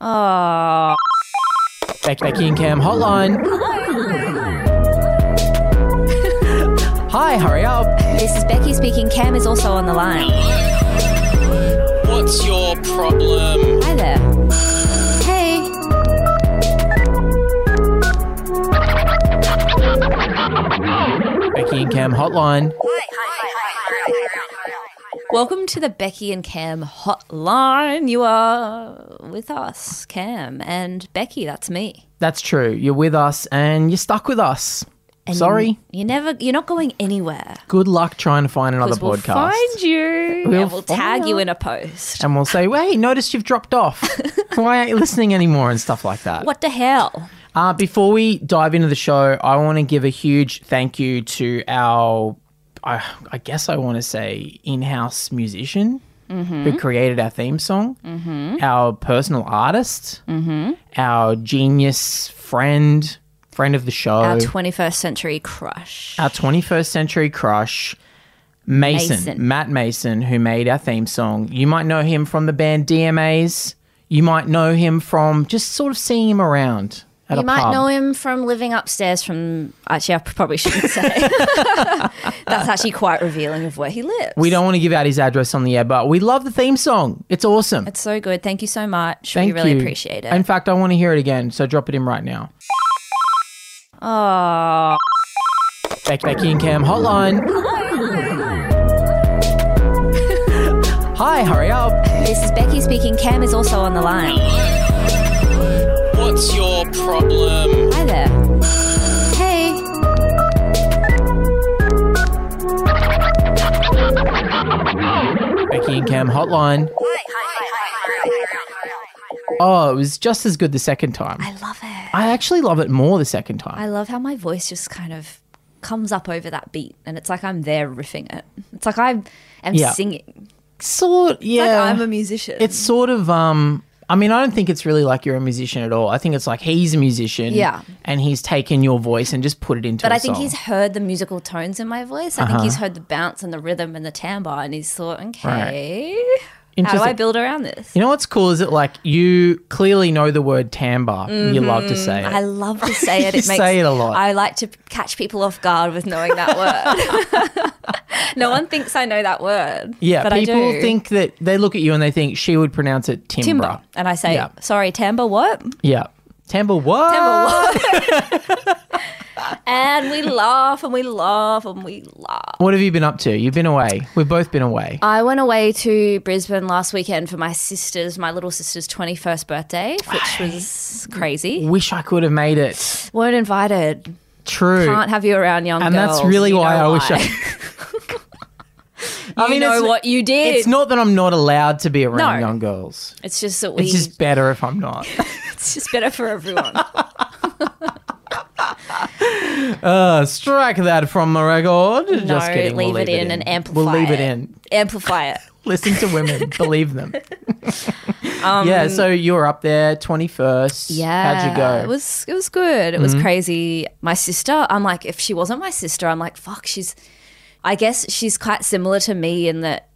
Oh. Beck, Becky and Cam hotline. Hi, hurry up. This is Becky speaking. Cam is also on the line. What's your problem? Hi there. Hey. Becky and Cam hotline. Welcome to the Becky and Cam hotline. You are with us, Cam and Becky. That's me. That's true. You're with us and you're stuck with us. And Sorry. you- You're never. You're not going anywhere. Good luck trying to find another 'Cause We'll podcast. find you. We'll and we'll tag find you in a post. and we'll say, hey, notice you've dropped off. Why aren't you listening anymore? And stuff like that. What the hell? Uh, before we dive into the show, I want to give a huge thank you to our, I, I guess I want to say, in house musician Mm-hmm. who created our theme song, our personal artist, Mm-hmm. our genius friend, friend of the show, Our our, 21st century crush. 21st century crush. Mason, Mason. Matt Mason, who made our theme song. You might know him from the band DMAs. You might know him from just sort of seeing him around at You a might pub. know him from living upstairs from. Actually, I probably shouldn't say. That's actually quite revealing of where he lives. We don't want to give out his address on the air, but we love the theme song. It's awesome. It's so good. Thank you so much. Thank we really you. appreciate it. In fact, I want to hear it again, so drop it in right now. oh. Beck, Becky and Cam hotline. Hi, hurry up. This is Becky speaking. Cam is also on the line. What's your problem? Hi there. Hey. Becky and Cam hotline. Oh, it was just as good the second time. I love it. I actually love it more the second I time. love how my voice just kind of comes up over that beat and it's like I'm there riffing it. It's like I am Yeah. singing. Sort, Like yeah. I'm a musician. it's sort of um I mean, I don't think it's really like you're a musician at all. I think it's like he's a musician, Yeah. and he's taken your voice and just put it into. but a I think song. he's heard the musical tones in my voice. I think he's Uh-huh. heard the bounce and the rhythm and the timbre and he's thought, okay, how do I Interesting. build around this? You know what's cool is that like you clearly know the word timbre. You love to say it. Mm-hmm. I love to say it. You It makes say it a lot. I like to catch people off guard with knowing that word. no one thinks I know that word. yeah, but people I do. think that they look at you and they think she would pronounce it timbre. timber, and I say, Yeah. "Sorry, timber, what?" Yeah, timbre. What? Ah. and we laugh and we laugh and we laugh. What have you been up to? You've been away. We've both been away. I went away to Brisbane last weekend for my sister's, my little sister's twenty-first birthday, which was crazy. Wish I could have made it. weren't invited. True. Can't have you around young and girls. that's really You why know I wish I. I You know it's, what you did. it's not that I'm not allowed to be around No. young girls. It's just that we. It's just better if I'm not. it's just better for everyone. Uh, strike that from the record. No, just kidding. We'll leave, it, in, and amplify. We'll leave it in. Amplify it. Listen to women, believe them. Um, yeah, so you were up there, twenty first. Yeah. how'd you go? Mm-hmm. It was it was good. It was crazy. My sister, I'm like, if she wasn't my sister, I'm like, fuck, she's I guess she's quite similar to me in that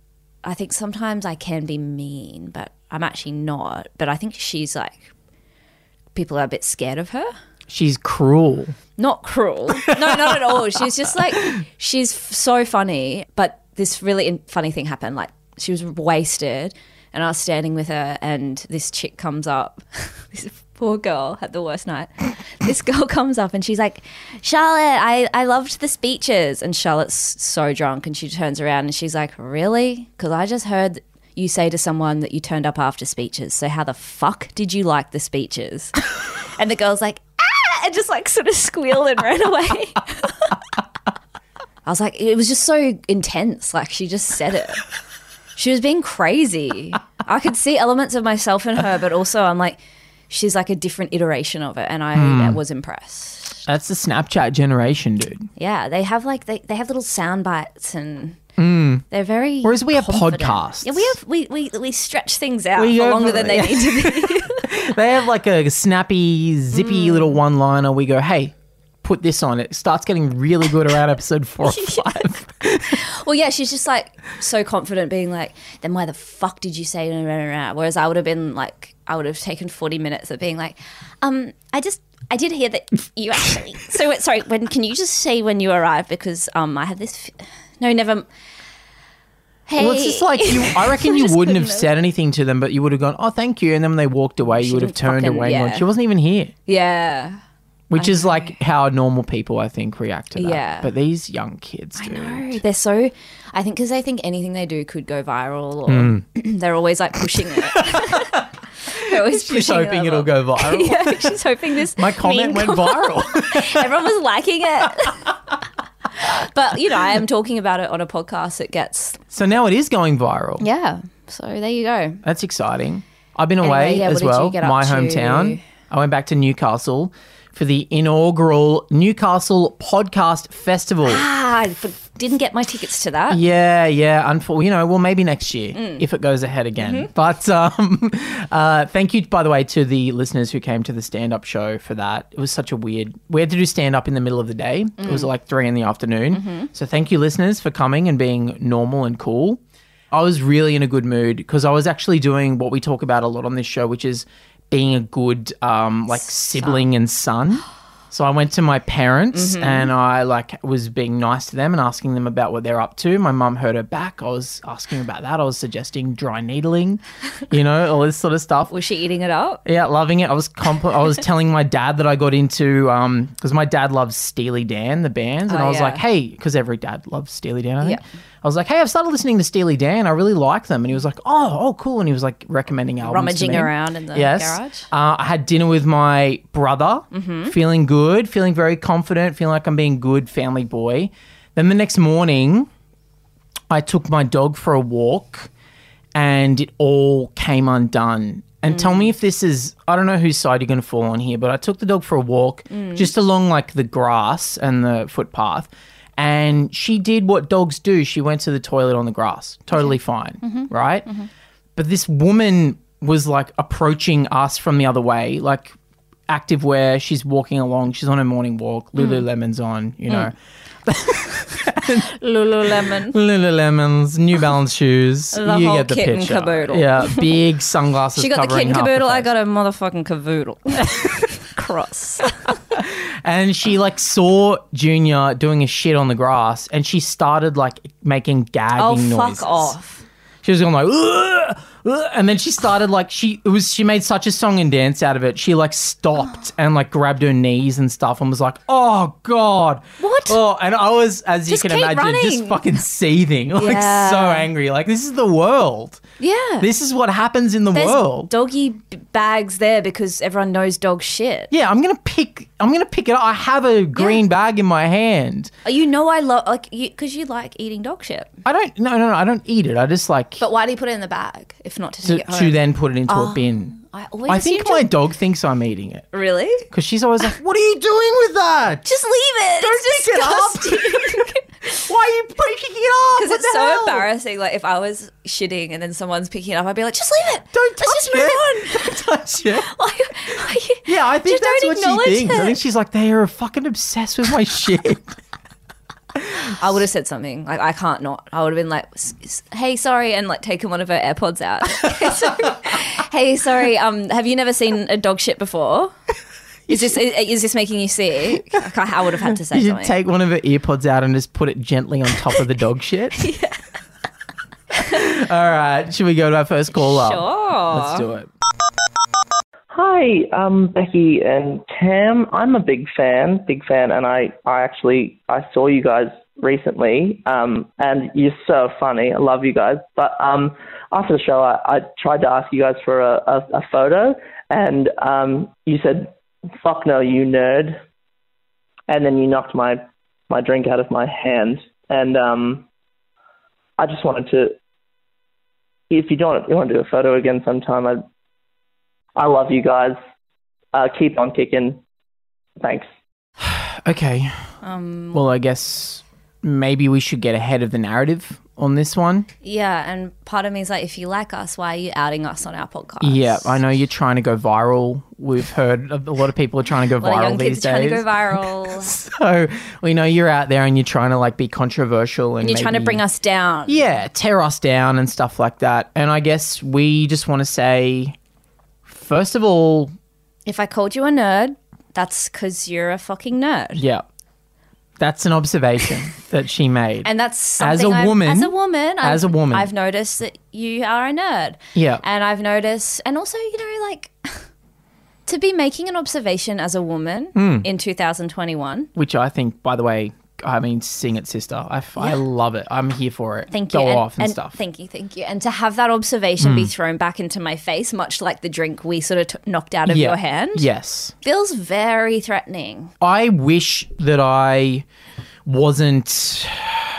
I think sometimes I can be mean, but I'm actually not. But I think she's like people are a bit scared of her. She's cruel. Not cruel. No, not at all. She's just like she's f- so funny, but this really in- funny thing happened. Like she was wasted and I was standing with her and this chick comes up. this poor girl had the worst night. this girl comes up and she's like, "Charlotte, I I loved the speeches." And Charlotte's so drunk and she turns around and she's like, "Really? Cuz I just heard you say to someone that you turned up after speeches. So how the fuck did you like the speeches?" and the girl's like, "Ah!" and just like sort of squealed and ran away. I was like, it was just so intense. Like she just said it. She was being crazy. I could see elements of myself in her, but also I'm like, she's like a different iteration of it, and I Hmm. was impressed. That's the Snapchat generation, dude. Yeah, they have like they, they have little sound bites and. They're very. Hmm. Whereas we have confident. podcasts. Yeah, we have we, we, we stretch things out We for have- longer than they yeah. need to be. They have like a snappy, Mm. zippy little one liner. We go, hey, put this on. It starts getting really good around episode four or five. Well, yeah, she's just like so confident, being like, "Then why the fuck did you say?" Nah, nah, nah, nah?" Whereas I would have been like, I would have taken forty minutes of being like, "Um, I just." I did hear that you actually. So wait, sorry. When can you just say when you arrive? Because um, I have this. F- no, never. Hey, Well, it's just like you, I reckon you Just wouldn't have couldn't said anything to them, but you would have gone, "Oh, thank you," and then when they walked away, you would have didn't turned fucking- away. And yeah. gone, she wasn't even here, yeah. which is like how normal people, I think, react to that. Yeah. But these young kids, do. No, they're so. I think because they think anything they do could go viral, or Hmm. they're always like pushing it. they're always Just pushing hoping it it'll up. go viral. yeah, she's hoping this. My comment meme went viral. Everyone was liking it. but you know, I am talking about it on a podcast. It gets so now it is going viral. yeah. So there you go. That's exciting. I've been Anyway, away yeah, as what did you well, get up my to? hometown. I went back to Newcastle for the inaugural Newcastle Podcast Festival. Ah, I f- didn't get my tickets to that. Yeah, yeah. Unfor- you know, well, maybe next year if it goes ahead again. But um, uh, thank you, by the way, to the listeners who came to the stand-up show for that. It was such a weird. We had to do stand-up in the middle of the day. It was like three in the afternoon. So thank you, listeners, for coming and being normal and cool. I was really in a good mood because I was actually doing what we talk about a lot on this show, which is being a good um, like sibling and son. So I went to my parents and I like was being nice to them and asking them about what they're up to. My mum heard her back. I was asking about that. I was suggesting dry needling, you know, all this sort of stuff. Was she eating it up? Yeah, loving it. I was compl- I was telling my dad that I got into um because my dad loves Steely Dan the bands, and Oh, I was yeah. like, hey, because every dad loves Steely Dan. I think. Yeah. I was like, hey, I've started listening to Steely Dan. I really like them, and he was like, oh, oh, cool, and he was like recommending albums. to Rummaging me. around in the yes. garage. Mm-hmm. Uh, I had dinner with my brother, feeling good, feeling very confident, feeling like I'm being good family boy. Then the next morning, I took my dog for a walk and it all came undone. And tell me if this is, I don't know whose side you're going to fall on here, but I took the dog for a walk just along like the grass and the footpath. And she did what dogs do. She went to the toilet on the grass, totally fine, right? But this woman was like approaching us from the other way, like active wear. She's walking along, she's on her morning walk, Lululemon's on, you know. Lululemon. Lululemon's, New Balance shoes. The you whole get the kit and picture. caboodle. Yeah, big sunglasses. She got the covering kitten half caboodle. her I face. got a motherfucking cavoodle. Cross. And she like saw Junior doing a shit on the grass, and she started like making gagging Oh noises. fuck off. She was going like, "Ugh, ugh," and then she started like she it was she made such a song and dance out of it. She like stopped and like grabbed her knees and stuff and was like, "Oh god, What? Oh, and I was as Just you can keep imagine, just running. fucking seething, like Yeah. so angry. Like this is the world. Yeah. This is what happens in the There's world. doggy b- bags there because everyone knows dog shit. yeah, I'm gonna pick. I'm gonna pick it up. I have a green bag in my hand. You know I love like you because you like eating dog shit. I don't. No, no, no. I don't eat it. I just like But why do you put it in the bag if not to to, take it home? Oh, to then put it into a bin. I always I think my dog thinks I'm eating it really because she's always like, "What are you doing with that? just leave it. Don't it's pick it up. disgusting. Why are you picking it up? Because What it's the so hell?" embarrassing. Like if I was shitting and then someone's picking it up, I'd be like, just leave it. Don't touch Let's just it. move on. Don't touch it. Why- why you- Yeah, I think just don't that's what she acknowledge thinks. I it. think she's like, they are fucking obsessed with my shit. I would have said something like, I can't not. I would have been like, "S- s- hey, sorry, and like taken one of her AirPods out. hey, sorry, um, have you never seen a dog shit before? Is this is, is this making you sick? I, can't- I would have had to say You should something. take one of her earpods out and just put it gently on top of the dog shit. All right, should we go to our first call up? Sure. Let's do it. Hi, um, Becky and Tam. I'm a big fan, big fan, and I, I actually I saw you guys recently, um, and you're so funny. I love you guys. But um, after the show, I, I tried to ask you guys for a, a, a photo, and um, you said, "Fuck no, you nerd," and then you knocked my my drink out of my hand, and um, I just wanted to. If you don't, you want to do a photo again sometime. I'd I love you guys. Uh, keep on kicking. Thanks. Okay. Um, Well, I guess maybe we should get ahead of the narrative on this one. Yeah, and part of me is like, if you like us, why are you outing us on our podcast? Yeah, I know you're trying to go viral. We've heard a lot of people are trying to go a lot of viral young these kids are trying to days. go viral. so we know you're out there and you're trying to like be controversial and You're trying to bring us down. yeah, tear us down and stuff like that. And I guess we just want to say, first of all, If I called you a nerd, that's because you're a fucking nerd. yeah, that's an observation that she made. And that's something a I've- woman- as a woman, as I've- a woman. I've noticed that you are a nerd. Yeah. and I've noticed, and also, you know, like to be making an observation as a woman Hmm. in 2021. which I think, by the way, I mean, sing it, sister. I, f- I love it. I'm here for it. Thank you. Go off and, stuff. Mm. Thank you, thank you. And to have that observation be thrown back into my face, much like the drink we sort of t- knocked out of Yeah. your hand, Yes. feels very threatening. I wish that I wasn't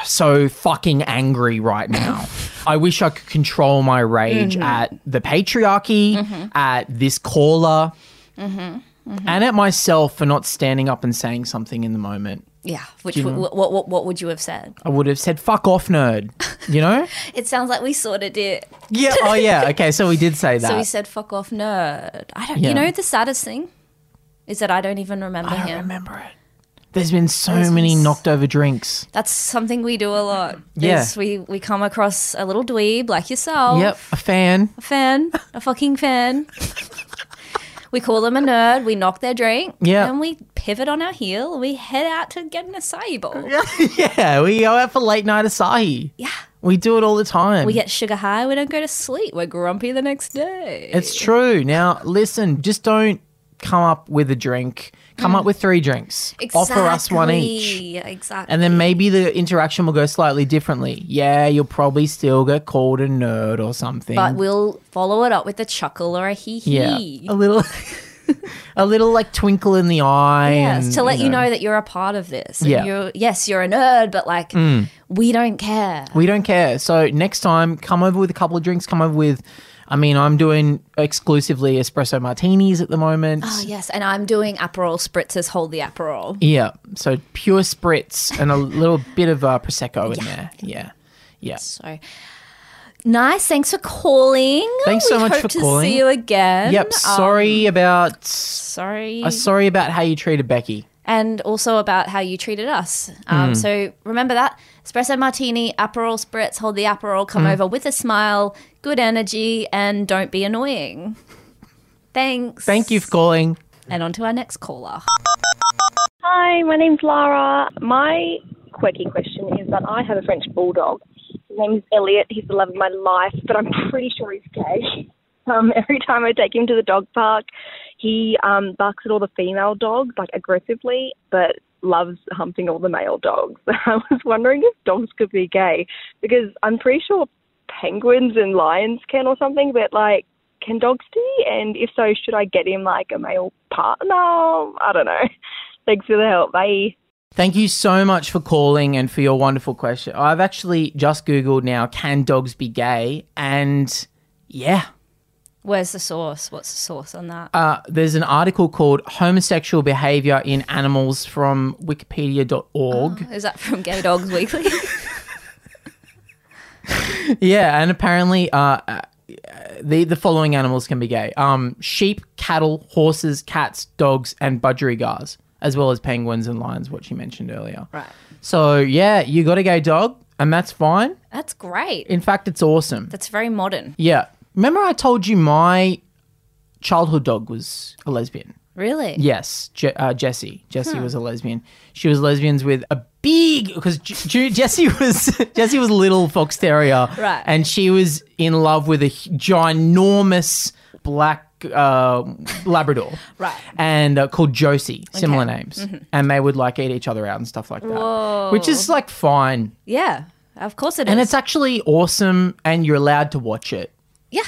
so fucking angry right now. I wish I could control my rage Mm-hmm. at the patriarchy, at this caller, Mm-hmm. and at myself for not standing up and saying something in the moment. Yeah. Which w- what, what what would you have said? I would have said, fuck off, nerd. You know? It sounds like we sorted it. yeah. Oh, yeah. Okay. So we did say that. So we said "fuck off, nerd." I don't. Yeah. You know the saddest thing is that I don't even remember I him. don't remember it. There's been so There's many been s- knocked over drinks. That's something we do a lot. Yeah. Is we we come across a little dweeb like yourself. Yep. A fan. A fan, a fucking fan. we call them a nerd. We knock their drink. Yeah. And we pivot on our heel. and We head out to get an acai bowl. yeah. We go out for late night Asahi. Yeah. We do it all the time. We get sugar high. We don't go to sleep. We're grumpy the next day. it's true. Now, listen, just don't come up with a drink. Come up with three drinks. Offer us one each. Mm. Exactly, Exactly. And then maybe the interaction will go slightly differently. Yeah, you'll probably still get called a nerd or something. but we'll follow it up with a chuckle or a hee hee. yeah, a little, a little like twinkle in the eye. Yes, and, to let you know. that you're a part of this. And Yeah. Mm. You're, yes, you're a nerd, but like, we don't care. We don't care. So next time, come over with a couple of drinks. Come over with, I mean, I'm doing exclusively espresso martinis at the moment. Oh, yes, and I'm doing Aperol spritzers. Hold the Aperol. Yeah. So pure spritz and a little bit of uh, prosecco in there. Yeah. Yeah. So nice. Thanks for calling. Thanks We so much hope for to calling. See you again. Yep. Sorry about. um, Sorry. uh, sorry about how you treated Becky. and also about how you treated us. Hmm. Um, So remember that espresso martini, Aperol spritz. Hold the Aperol. Hmm. Come over with a smile, good energy, and don't be annoying. Thanks. Thank you for calling. And on to our next caller. Hi, my name's Lara. My quirky question is that I have a French bulldog. His name is Elliot. He's the love of my life, but I'm pretty sure he's gay. Um, every time I take him to the dog park, he um, barks at all the female dogs, like aggressively, but loves humping all the male dogs. I was wondering if dogs could be gay because I'm pretty sure penguins and lions can or something, but like, can dogs be? And if so, should I get him like a male partner? I don't know. Thanks for the help. Bye. Thank you so much for calling and for your wonderful question. I've actually just Googled now can dogs be gay? And yeah. Where's the source? What's the source on that? uh, there's an article called Homosexual Behavior in Animals from wikipedia.org. Is that from Gay Dogs Weekly? Yeah, and apparently uh, uh, the the following animals can be gay. Um, sheep, cattle, horses, cats, dogs and budgerigars, as well as penguins and lions what she mentioned earlier. right. So, yeah, you got a gay dog and that's fine. That's great. In fact, it's awesome. That's very modern. Yeah. Remember I told you my childhood dog was a lesbian? Really? Yes, Je- uh, Jessie. Jessie was a lesbian. She was lesbians with a big because J- J- Jessie was Jessie was little fox terrier, Right. And she was in love with a h- ginormous black uh, Labrador, Right. Mm-hmm. And uh, called Josie, similar names, and they would like eat each other out and stuff like that, which is like fine, Yeah. Of course it is. and it's actually awesome, and you're allowed to watch it. yeah.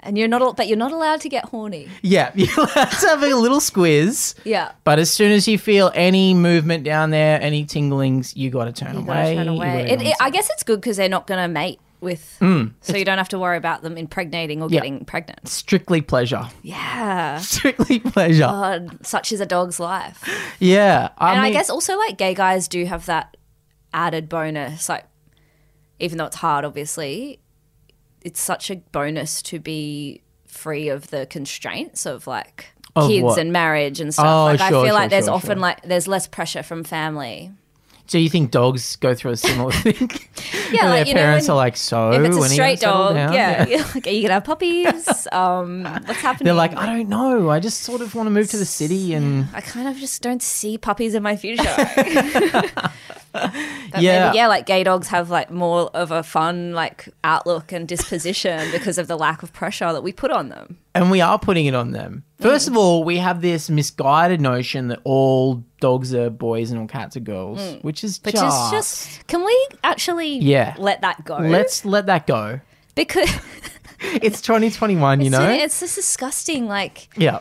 And you're not, al- but you're not allowed to get horny. Yeah, you're allowed to have a little squiz. Yeah. But as soon as you feel any movement down there, any tinglings, you got to turn You gotta away. turn you away. gotta It, go it, and- I guess it's good because they're not going to mate with, so you don't have to worry about them impregnating or Mm. Yeah. getting pregnant. Strictly pleasure. Yeah. Strictly pleasure. God, such is a dog's life. yeah. I Uh, and I mean- guess also like gay guys do have that added bonus, like even though it's hard, obviously, it's such a bonus to be free of the constraints of like Of kids what? and marriage and stuff. Oh, like I sure, feel sure, like there's sure, often sure. like there's less pressure from family. Do you think dogs go through a similar thing? Yeah, like, Where their you know, parents when- are like, so if it's a when are you gonna straight settle dog, Oh, down?" yeah, yeah. like, are you gonna have puppies? um, what's happening? They're like, I don't know. I just sort of want to move to the city, and I kind of just don't see puppies in my future. But yeah, maybe, yeah, like gay dogs have like more of a fun like outlook and disposition because of the lack of pressure that we put on them. and we are putting it on them. First Mm. of all, we have this misguided notion that all dogs are boys and all cats are girls, which is Mm. Which just, is just can we actually Yeah. let that go? let's let that go. because It's 2021, you know. it's just disgusting. Like Yeah,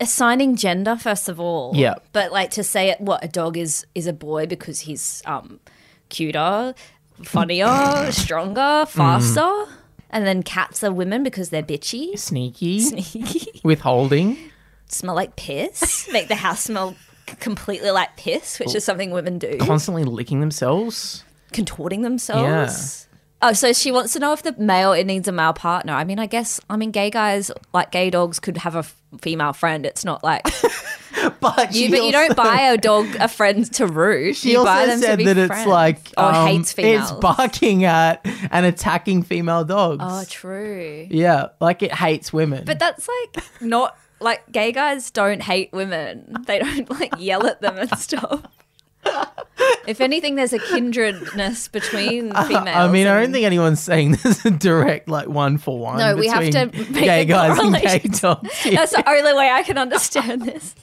assigning gender first of all. Yeah. But like to say it, what a dog is is a boy because he's um cuter, funnier, stronger, faster, and then cats are women because they're bitchy, sneaky, sneaky, withholding. smell like piss, make the house smell c- completely like piss, which is something women do, constantly licking themselves. contorting themselves. Oh, so she wants to know if the male it needs a male partner. I mean, I guess I mean gay guys like gay dogs could have a f- female friend. It's not like But You, but you don't buy a dog a friend to root. She you also buy them said to be that friends. it's like oh, um, hates females. It's barking at and attacking female dogs. oh, true. yeah, like it hates women. But that's like not like gay guys don't hate women. They don't like yell at them and stuff. if anything, there's a kindredness between females. I mean, I and- don't think anyone's saying there's a direct like one for one. No, we have to between make gay a guys and gay correlation. dogs. that's the only way I can understand this.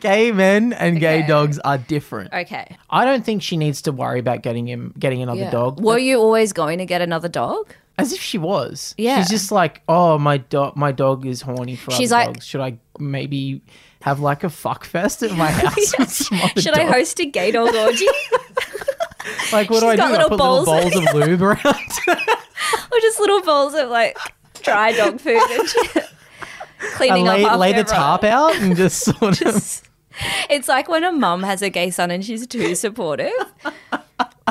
gay men and gay Okay. dogs are different. Okay. I don't think she needs to worry about getting him getting another dog. Were you always going to get another dog? As if she was. Yeah. She's just like, oh, my dog, my dog is horny for She's other like- dogs. Should I maybe have like a fuck fest at my house? with some other Should I dogs?" host a gay dog orgy? Like, what She's do I do? got I little put bowls. little bowls of lube around. or just little bowls of like dry dog food and shit. and cleaning lay, up after lay the everyone. tarp out and just sort of. It's like when a mum has a gay son and she's too supportive.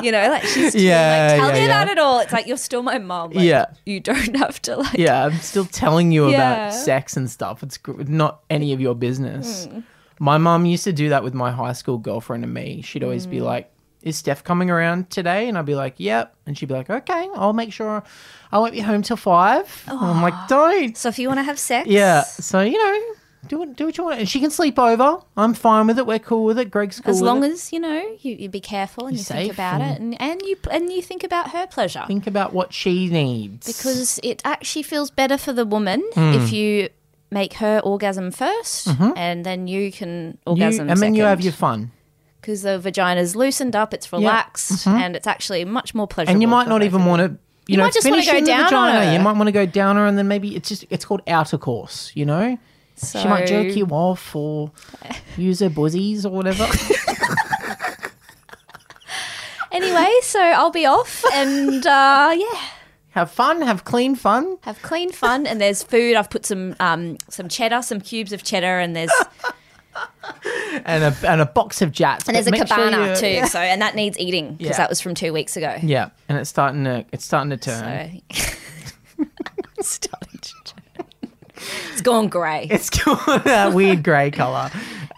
You know, like she's just Yeah, like, tell yeah, me yeah. about it all. It's like you're still my mum. Like, Yeah. you don't have to like. Yeah, I'm still telling you Yeah. about sex and stuff. It's gr- not any of your business. Hmm. My mum used to do that with my high school girlfriend and me. She'd always Hmm. be like, "Is Steph coming around today?" And I'd be like, "Yep." And she'd be like, "Okay, I'll make sure I won't be home till 5 And I'm like, "Don't." So if you want to have sex, Yeah. So you know, do what, do what you want, and she can sleep over. I'm fine with it. We're cool with it. Greg's cool. as with long it. as you know you, you be careful and you think safe about it and, and you and you think about her pleasure think about what she needs because it actually feels better for the woman Hmm. if you make her orgasm 1st and then you can Mm-hmm. you, orgasm and then you have second. your fun. because the vagina's loosened up, it's relaxed, and it's actually much more pleasurable. Mm-hmm. and you might for not both even of want to. You, know, might just wanna finish go in the down on vagina. her. You might want to go down her, and then maybe it's just it's called outer course. You know, them. she might jerk So- you off or use her buzzies or whatever. Anyway, so I'll be off and uh, yeah, have fun, have clean fun. have clean fun. And there's food. I've put some um, some cheddar, some cubes of cheddar, and there's and a and a box of jats. and there's a cabana too. Yeah. So and that needs eating because Yeah. that was from two weeks ago. Yeah, and it's starting to it's starting to turn. So. I'm starting to turn. It's gone grey. It's got that weird grey color.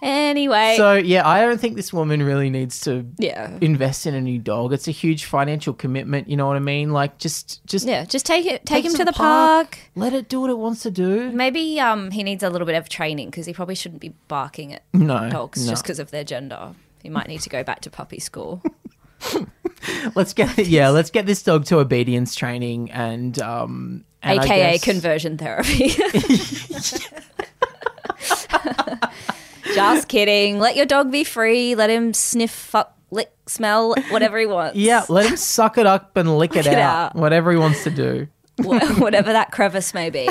Anyway, So yeah, I don't think this woman really needs to yeah, invest in a new dog. It's a huge financial commitment. You know what I mean? Like just just yeah. Just take it, take, Take him it to the park. Let it do what it wants to do. Maybe um, he needs a little bit of training because he probably shouldn't be barking at No, dogs no. just because of their gender. He might need to go back to puppy school. Let's get yeah, let's get this dog to obedience training and um and I AKA guess- conversion therapy. Just kidding. Let your dog be free. Let him sniff, fuck, lick, smell, whatever he wants. Yeah, let him suck it up and lick it it out, out. whatever he wants to do. Wh- whatever that crevice may be.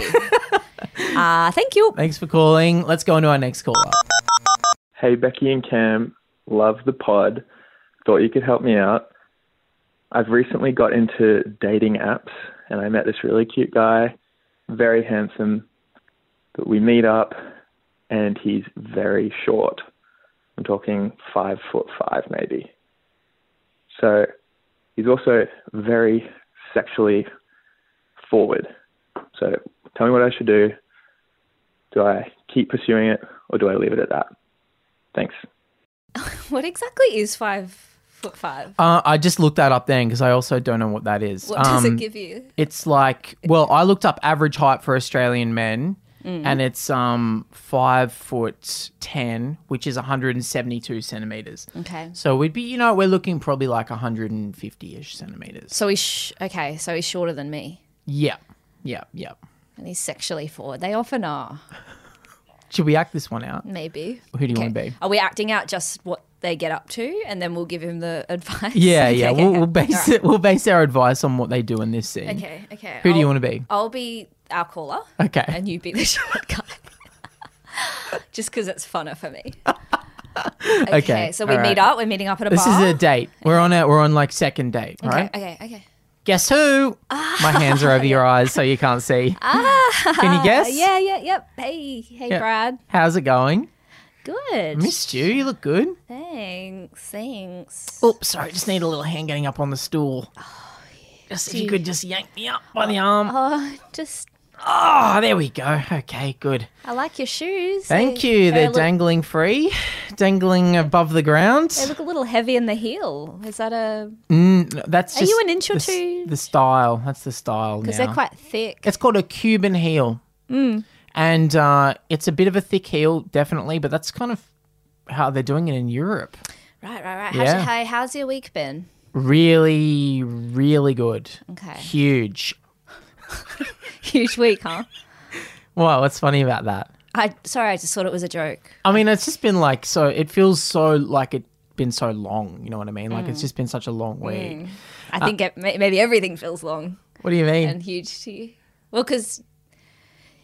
Uh, thank you. Thanks for calling. Let's go on to our next caller. Hey, Becky and Cam, love the pod. Thought you could help me out. I've recently got into dating apps and I met this really cute guy, very handsome. But we meet up and he's very short. I'm talking five foot five, maybe. So he's also very sexually forward. So tell me what I should do. Do I keep pursuing it or do I leave it at that? Thanks. What exactly is five foot five? Uh, I just looked that up then because I also don't know what that is. What does Um, it give you? It's like, well, I looked up average height for Australian men, Mm. and it's um five foot ten, which is 172 centimeters. Okay. So we'd be, you know, we're looking probably like 150 ish centimeters. So he's sh- okay. So he's shorter than me, Yeah, yeah, yeah. and he's sexually forward. They often are. Should we act this one out? Maybe. Who do you want to be? Are we acting out just what they get up to, and then we'll give him the advice? Yeah, Okay, yeah. okay, We'll, okay. we'll base Alright. it, we'll base our advice on what they do in this scene. Okay. Okay. Who do you I'll- want to be? I'll be our caller. Okay. And you be the short guy. Just because it's funner for me. Okay. so we alright. meet up. We're meeting up at a This is bar. a date. We're on a we're on like second date, right? Okay. Ah. Okay. Guess who? My hands are over your eyes, so you can't see. Can you guess? Ah, Uh, Yeah. Yeah. Yep. Hey. Hey, Yeah. Brad. How's it going? Good. Missed you. You look good. Thanks. Thanks. Oops, sorry. Just need a little hand getting up on the stool. Just if you could just yank me up by the arm. Oh, just Oh, there we go. Okay, good. I like your shoes. Thank They- you. They They're look, dangling free, dangling above the ground. They look a little heavy in the heel. Is that a? Mm, no, that's Are you just an inch or the s- two? The style. That's the style. Because now. they're quite Mm. thick. It's called a Cuban heel. And uh, it's a bit of a thick heel, definitely, but that's kind of how they're doing it in Europe. Right. Right. Right. Yeah. How's, your- hey, how's your week been? Really, really good. Okay. Huge. Huge week, huh? Wow, what's funny about that? I sorry. I just thought it was a joke. I mean, it's just been like so, it feels so like it's been so long. You know what I mean? Like Mm. it's just been such a long week. I Uh, think it, may- maybe everything feels long What do you mean? and huge to you. Well, because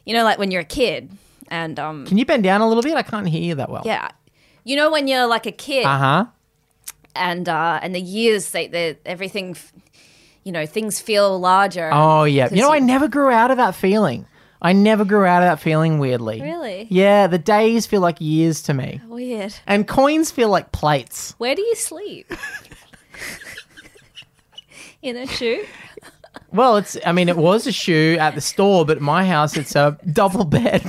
you know, like when you're a kid, and um, Can you bend down a little bit? I can't hear you that well. yeah, you know, when you're like a kid, Uh huh. and uh, and the years they they everything, f- you know, things feel larger. Oh yeah. You know, you- I never grew out of that feeling. I never grew out of that feeling. Weirdly. Really? Yeah. The days feel like years to me, Weird. and coins feel like plates. Where do you sleep? In a shoe. Well, it's. I mean, it was a shoe at the store, but at my house, it's a double bed.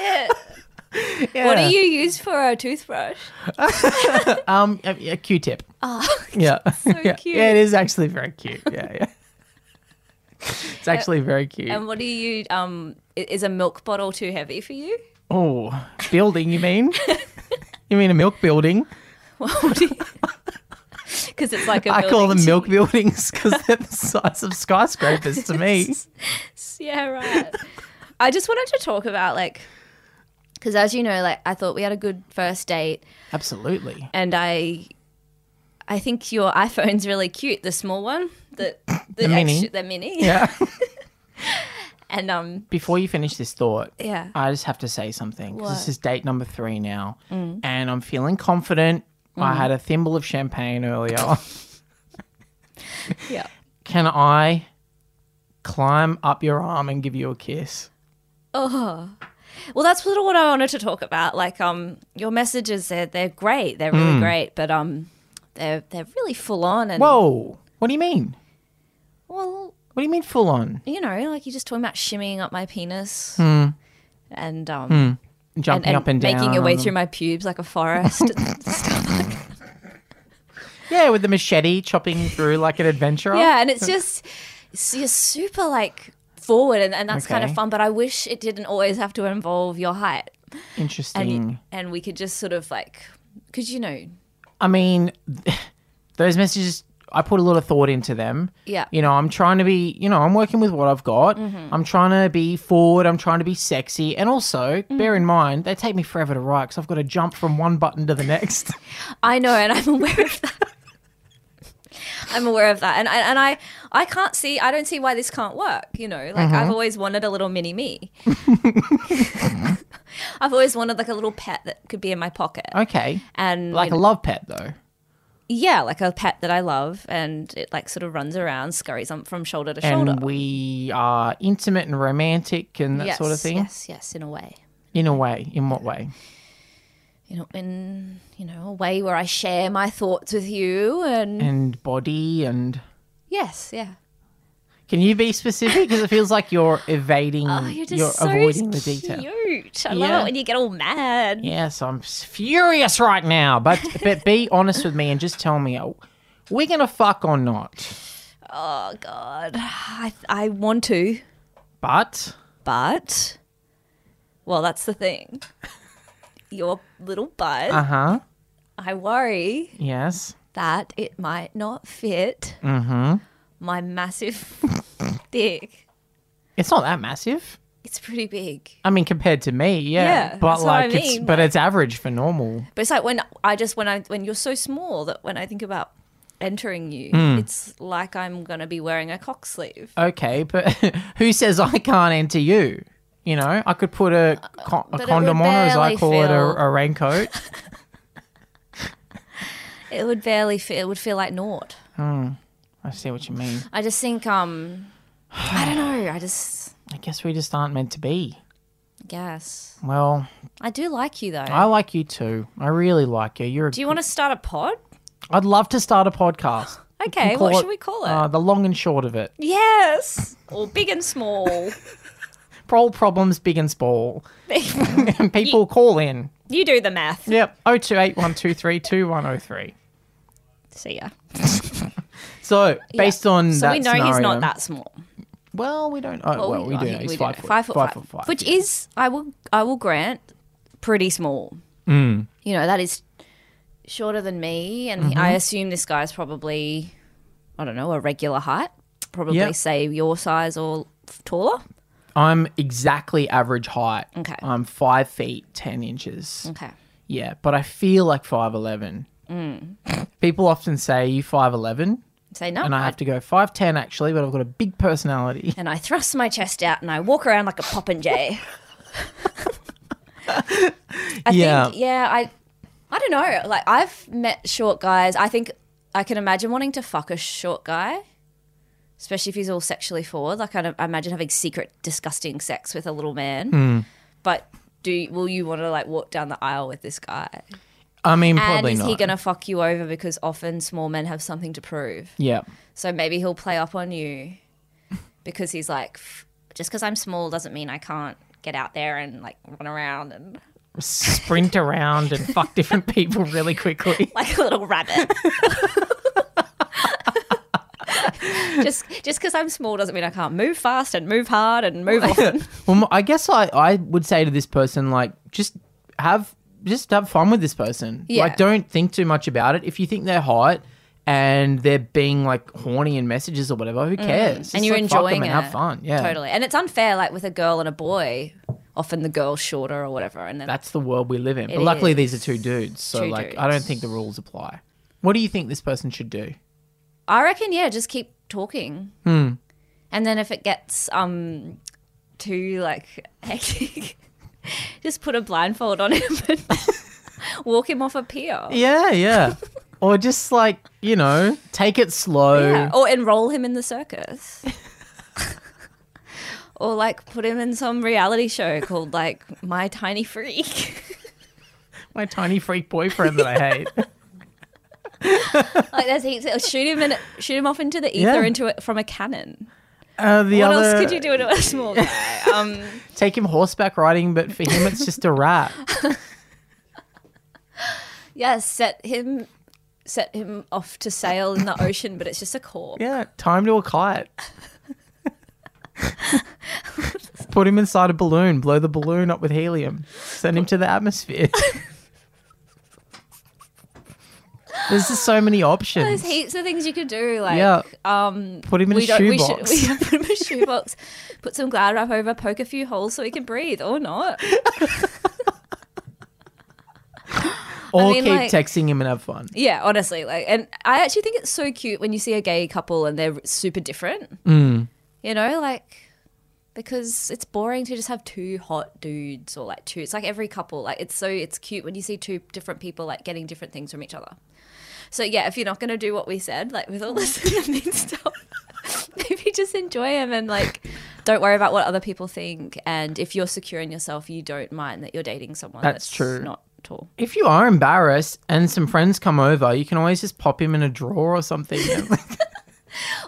Yeah. yeah. What do you use for a toothbrush? Um, a, a Q-tip. Oh, yeah. So yeah. cute. Yeah, it is actually very cute. Yeah, yeah. It's actually very cute. And what do you um? i- Is a milk bottle too heavy for you? oh, building, you mean? you mean a milk building? Because it's like a I call them building milk buildings because they're the size of skyscrapers to me. Yeah, right. I just wanted to talk about like, because as you know, like I thought we had a good first date, Absolutely. and I, I think your iPhone's really cute, the small one, the the, mini. extra- the mini, Yeah. and um, Before you finish this thought, yeah, I just have to say something. 'cause This What? Mm. is date number three now, and I'm feeling confident. I had a thimble of champagne earlier. yeah. Can I climb up your arm and give you a kiss? Well, that's sort of what I wanted to talk about. Like, um, your messages they're they're great, they're Hmm. really great, but um, they're they're really full on and Whoa! What do you mean? well, What do you mean full on? you know, like you're just talking about shimmying up my penis and um. Jumping Hmm. up and down, making your way on through my pubes like a forest. the- yeah, with the machete chopping through like an adventurer. yeah, and it's just it's, you're super like forward, and, and that's kind of Okay. fun. But I wish it didn't always have to involve your height, and interesting. and we could just sort of like, because you know, I mean, those messages. I put a lot of thought into them. Yeah. Mm-hmm. You know, I'm trying to be, you know, I'm working with what I've got. I'm trying to be forward. I'm trying to be sexy. And also, Mm-hmm. bear in mind, they take me forever to write because I've got to jump from one button to the next. I know, and I'm aware of that. I'm aware of that, and I, and I I can't see I don't see why this can't work. You know, like I've Mm-hmm. always wanted a little mini me. I've always wanted like a little pet that could be in my pocket, okay. and Oh, Like you a love pet, though. yeah, like a pet that I love, and it like sort of runs around, scurries on from shoulder to shoulder. And we are intimate and romantic and that yes, sort of thing. Yes, yes, in a way. In a way. In what way? you know, in you know a way where I share my thoughts with you, and and body and yes, yeah. can you be specific? Because it feels like you're evading, Oh, you're just so avoiding the cute. detail. I love Yeah. it when you get all mad. Yes, I'm s- furious right now. But but be honest with me and just tell me, are we gonna fuck or not? Oh God, I I want to, But but well, that's the thing. Your little butt. uh huh, I worry yes, that it might not fit Mm-hmm. my massive dick. it's not that massive. It's pretty big. I mean, compared to me, yeah. Yeah, but that's what I like, it's mean, but it's average for normal. But it's like when I just when I when you're so small that when I think about entering you, it's like I'm gonna be wearing a cock sleeve. Okay, but who says I can't enter you? You know, I could put a, con- a But it condom would on, or as I barely call it, feel- a, a raincoat. It would barely fit. It would feel like naught. I see what you mean. I just think um, I don't know. I just I guess we just aren't meant to be. guess Well, I do like you though. I like you too. I really like you. You're. A, Do you want to start a pod? I'd love to start a podcast. Okay, call what it- should we call it? Uh, the long and short of it. yes, or big and small. All problems big and small. and people call in. you do the math. Yep. 0281232103. So yeah. So, based on So Mm, that we know he's not scenario- that small. Well, we don't. Oh, well, we, I do. know think He's we five, do. foot, five foot five, foot five. which is I will I will grant pretty small. Mm. You know that is shorter than me, and Mm-hmm. he- I assume this guy's probably I don't know a regular height, probably Yep. say your size or f- taller. I'm exactly average height. Okay. Mm. I'm five feet ten inches. Okay, Yeah, but I feel like five eleven. Mm. People often say you five eleven, say no, and I have to go five ten actually, but I've got a big personality. and I thrust my chest out and I walk around like a popinjay. I Yeah. think yeah, I I don't know. Like I've met short guys. I think I can imagine wanting to fuck a short guy. Especially if he's all sexually forward. Like I, I imagine having secret disgusting sex with a little man. Hmm. But do will you want to like walk down the aisle with this guy? I mean, And probably is not. he gonna fuck you over because often small men have something to prove. yeah, So maybe he'll play up on you because he's like, "F- just because I'm small doesn't mean I can't get out there and like run around and sprint around and fuck different people really quickly. like a little rabbit. just just because I'm small doesn't mean I can't move fast and move hard and move often. Well, m- I guess I, I would say to this person like just have just have fun with this person. Yeah. Like don't think too much about it. If you think they're hot and they're being like horny in messages or whatever, who cares? Just, Mm. and you're like, fuck them enjoying it. and have fun. Yeah, totally. And it's unfair, like with a girl and a boy. Often the girl's shorter or whatever, and then That's the world we live in. But luckily, these are two dudes, so Two like I don't think the rules apply. What do you think this person should do? I reckon, yeah, just keep talking. Hmm. And then if it gets um too like hectic, just put a blindfold on him and walk him off a pier. Yeah, yeah. or just like you know, take it slow. Yeah. Or enroll him in the circus. or like put him in some reality show called like My Tiny Freak. My tiny freak boyfriend that I hate. like there's heaps shoot him in shoot him off into the ether Yeah. into it from a cannon. Uh, the What other, else could you do to a small guy? Um Take him horseback riding, but for him, it's just a rat. Yes, set him set him off to sail in the ocean, but it's just a corpse. Yeah, time to a kite. Put him inside a balloon, blow the balloon up with helium, send him to the atmosphere. There's just so many There's options. heaps of things you could do. Like Yeah. um Put him in we a don't we should shoebox. we should put him in a shoebox, put some glad wrap over, poke a few holes so he can breathe or not. or mean, keep like- texting him and have fun. Yeah, honestly, like and I actually think it's so cute when you see a gay couple and they're super different. Mm. You know, like because it's boring to just have two hot dudes or like two it's like every couple like it's so it's cute when you see two different people like getting different things from each other. So yeah, if you're not going to do what we said, like with all this mean stuff, maybe just enjoy them and like don't worry about what other people think. And if you're secure in yourself, you don't mind that you're dating someone That's that's, true. not at all. If you are embarrassed and some friends come over, you can always just pop him in a drawer or something.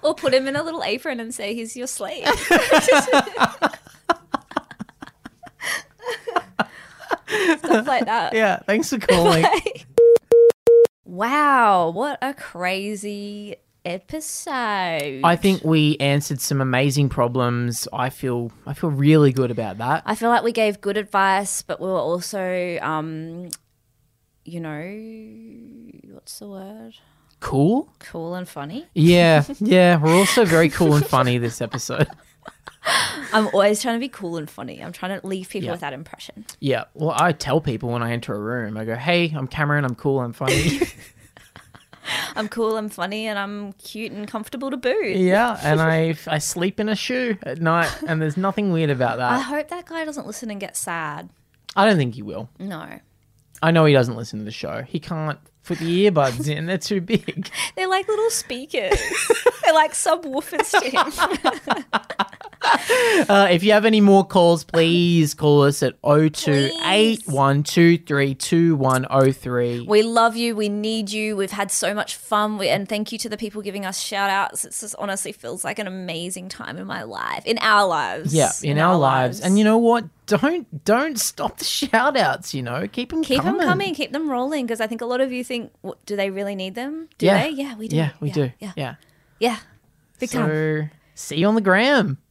Or put him in a little apron and say he's your slave. Stuff like that. yeah, thanks for calling. Wow, what a crazy episode. I think we answered some amazing problems. I feel I feel really good about that. I feel like we gave good advice, but we were also, um, you know, what's the word? Cool? Cool and funny. Yeah, yeah. We're also very cool and funny this episode. I'm always trying to be cool and funny. I'm trying to leave people with that impression. Yeah. Well, I tell people when I enter a room, I go, "Hey, I'm Cameron. I'm cool. I'm funny." I'm cool, I'm funny, and I'm cute and comfortable to boot. yeah, and I I sleep in a shoe at night, and there's nothing weird about I that. hope that guy doesn't listen and get sad. I don't think he will. No. I know he doesn't listen to the show. He can't put the earbuds in; they're too big. They're like little speakers. They're like subwoofers to him. Uh, if you have any more calls, please call us at 0281232103. We love you. We need you. We've had so much fun. We, and thank you to the people giving us shout outs. It just honestly feels like an amazing time in my life, in our lives. Yeah, in, our, lives. And you know what? Don't don't stop the shout outs, you know. Keep them keep coming. them coming, keep them rolling. Because I think a lot of you think, "W- do they really need them? Do Yeah. they? Yeah, we do. Yeah, we do. Yeah. Yeah. Yeah. Big time. So see you on the gram.